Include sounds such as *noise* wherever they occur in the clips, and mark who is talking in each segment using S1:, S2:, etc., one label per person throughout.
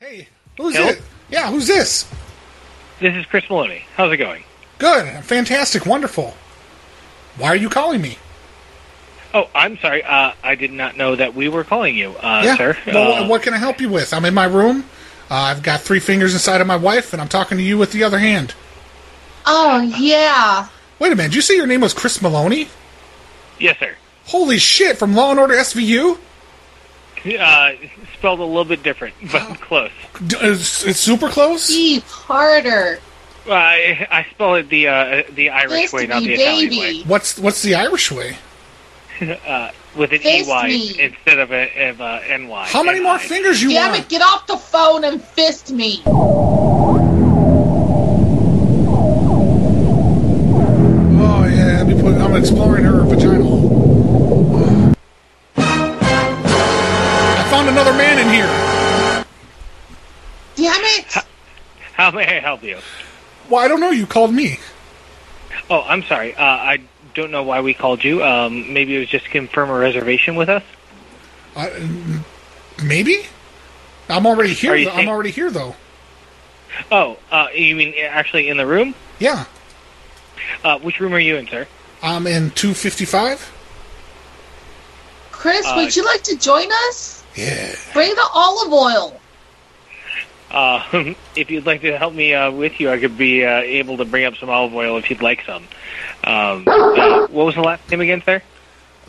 S1: Hey, who's
S2: Hello?
S1: it? Yeah, who's this?
S2: This is Chris Maloney. How's it going?
S1: Good, fantastic, wonderful. Why are you calling me?
S2: Oh, I'm sorry. Uh, I did not know that we were calling you, uh,
S1: yeah.
S2: sir.
S1: Well,
S2: Uh,
S1: what- what can I help you with? I'm in my room. Uh, I've got three fingers inside of my wife, and I'm talking to you with the other hand.
S3: Oh yeah.
S1: Wait a minute. Did you say your name was Chris Maloney?
S2: Yes, sir.
S1: Holy shit! From Law and Order SVU.
S2: Uh, spelled a little bit different, *laughs* but close.
S1: D- It's, it's super close.
S3: Deep harder.
S2: Uh, I, I spell it the uh, the Irish
S3: Face
S2: way, not
S3: me,
S2: the
S3: baby.
S1: What's what's the Irish way?
S2: Italian way. Uh, with an
S3: Face
S2: EY
S3: me.
S2: instead of a, of a NY.
S1: How many more
S2: NY.
S1: fingers you
S3: Damn
S1: want?
S3: it, get off the phone and fist me.
S1: Oh yeah, let me put. I'm exploring her vagina. hole. I found another man in here.
S3: Damn it.
S2: How may I help you?
S1: Well, I don't know. You called me.
S2: Oh, I'm sorry. Uh, I don't know why we called you. Um, maybe it was just to confirm a reservation with us.
S1: I, mm, maybe. I'm already here.
S2: Are you
S1: though. I'm
S2: think-
S1: already here though.
S2: Oh, uh, you mean actually in the room?
S1: Yeah,
S2: Uh, which room are you in, sir?
S1: I'm in 255.
S3: Chris,
S2: Uh,
S3: would you like to join us?
S1: Yeah.
S3: Bring the olive oil.
S2: Uh, *laughs* if you'd like to help me uh, with you, I could be uh, able to bring up some olive oil if you'd like some. Um, uh, what was the last name again, sir?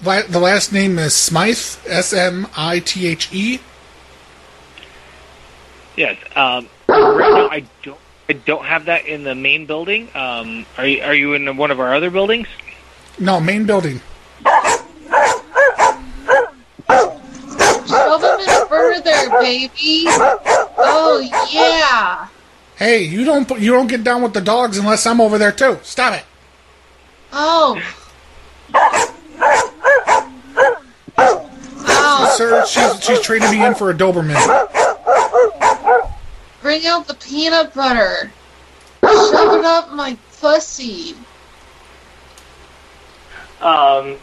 S1: La- the last name is Smythe. S M I T H E.
S2: Yes. Um, right now, I don't. I don't have that in the main building. Um, are you, are you in one of our other buildings?
S1: No, main building.
S3: Shove him in further, baby. Oh yeah.
S1: Hey, you don't put, you don't get down with the dogs unless I'm over there too. Stop it.
S3: Oh. Oh,
S1: Sir, she's, she's trading me in for a Doberman.
S3: bring out the peanut butter. Shove it up my pussy.
S2: Um,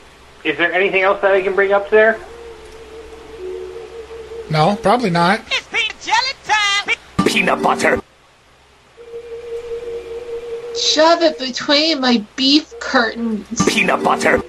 S2: is there anything else that I can bring up there?
S1: No, probably not.
S4: Peanut butter.
S3: Shove it between my beef curtains.
S4: Peanut butter.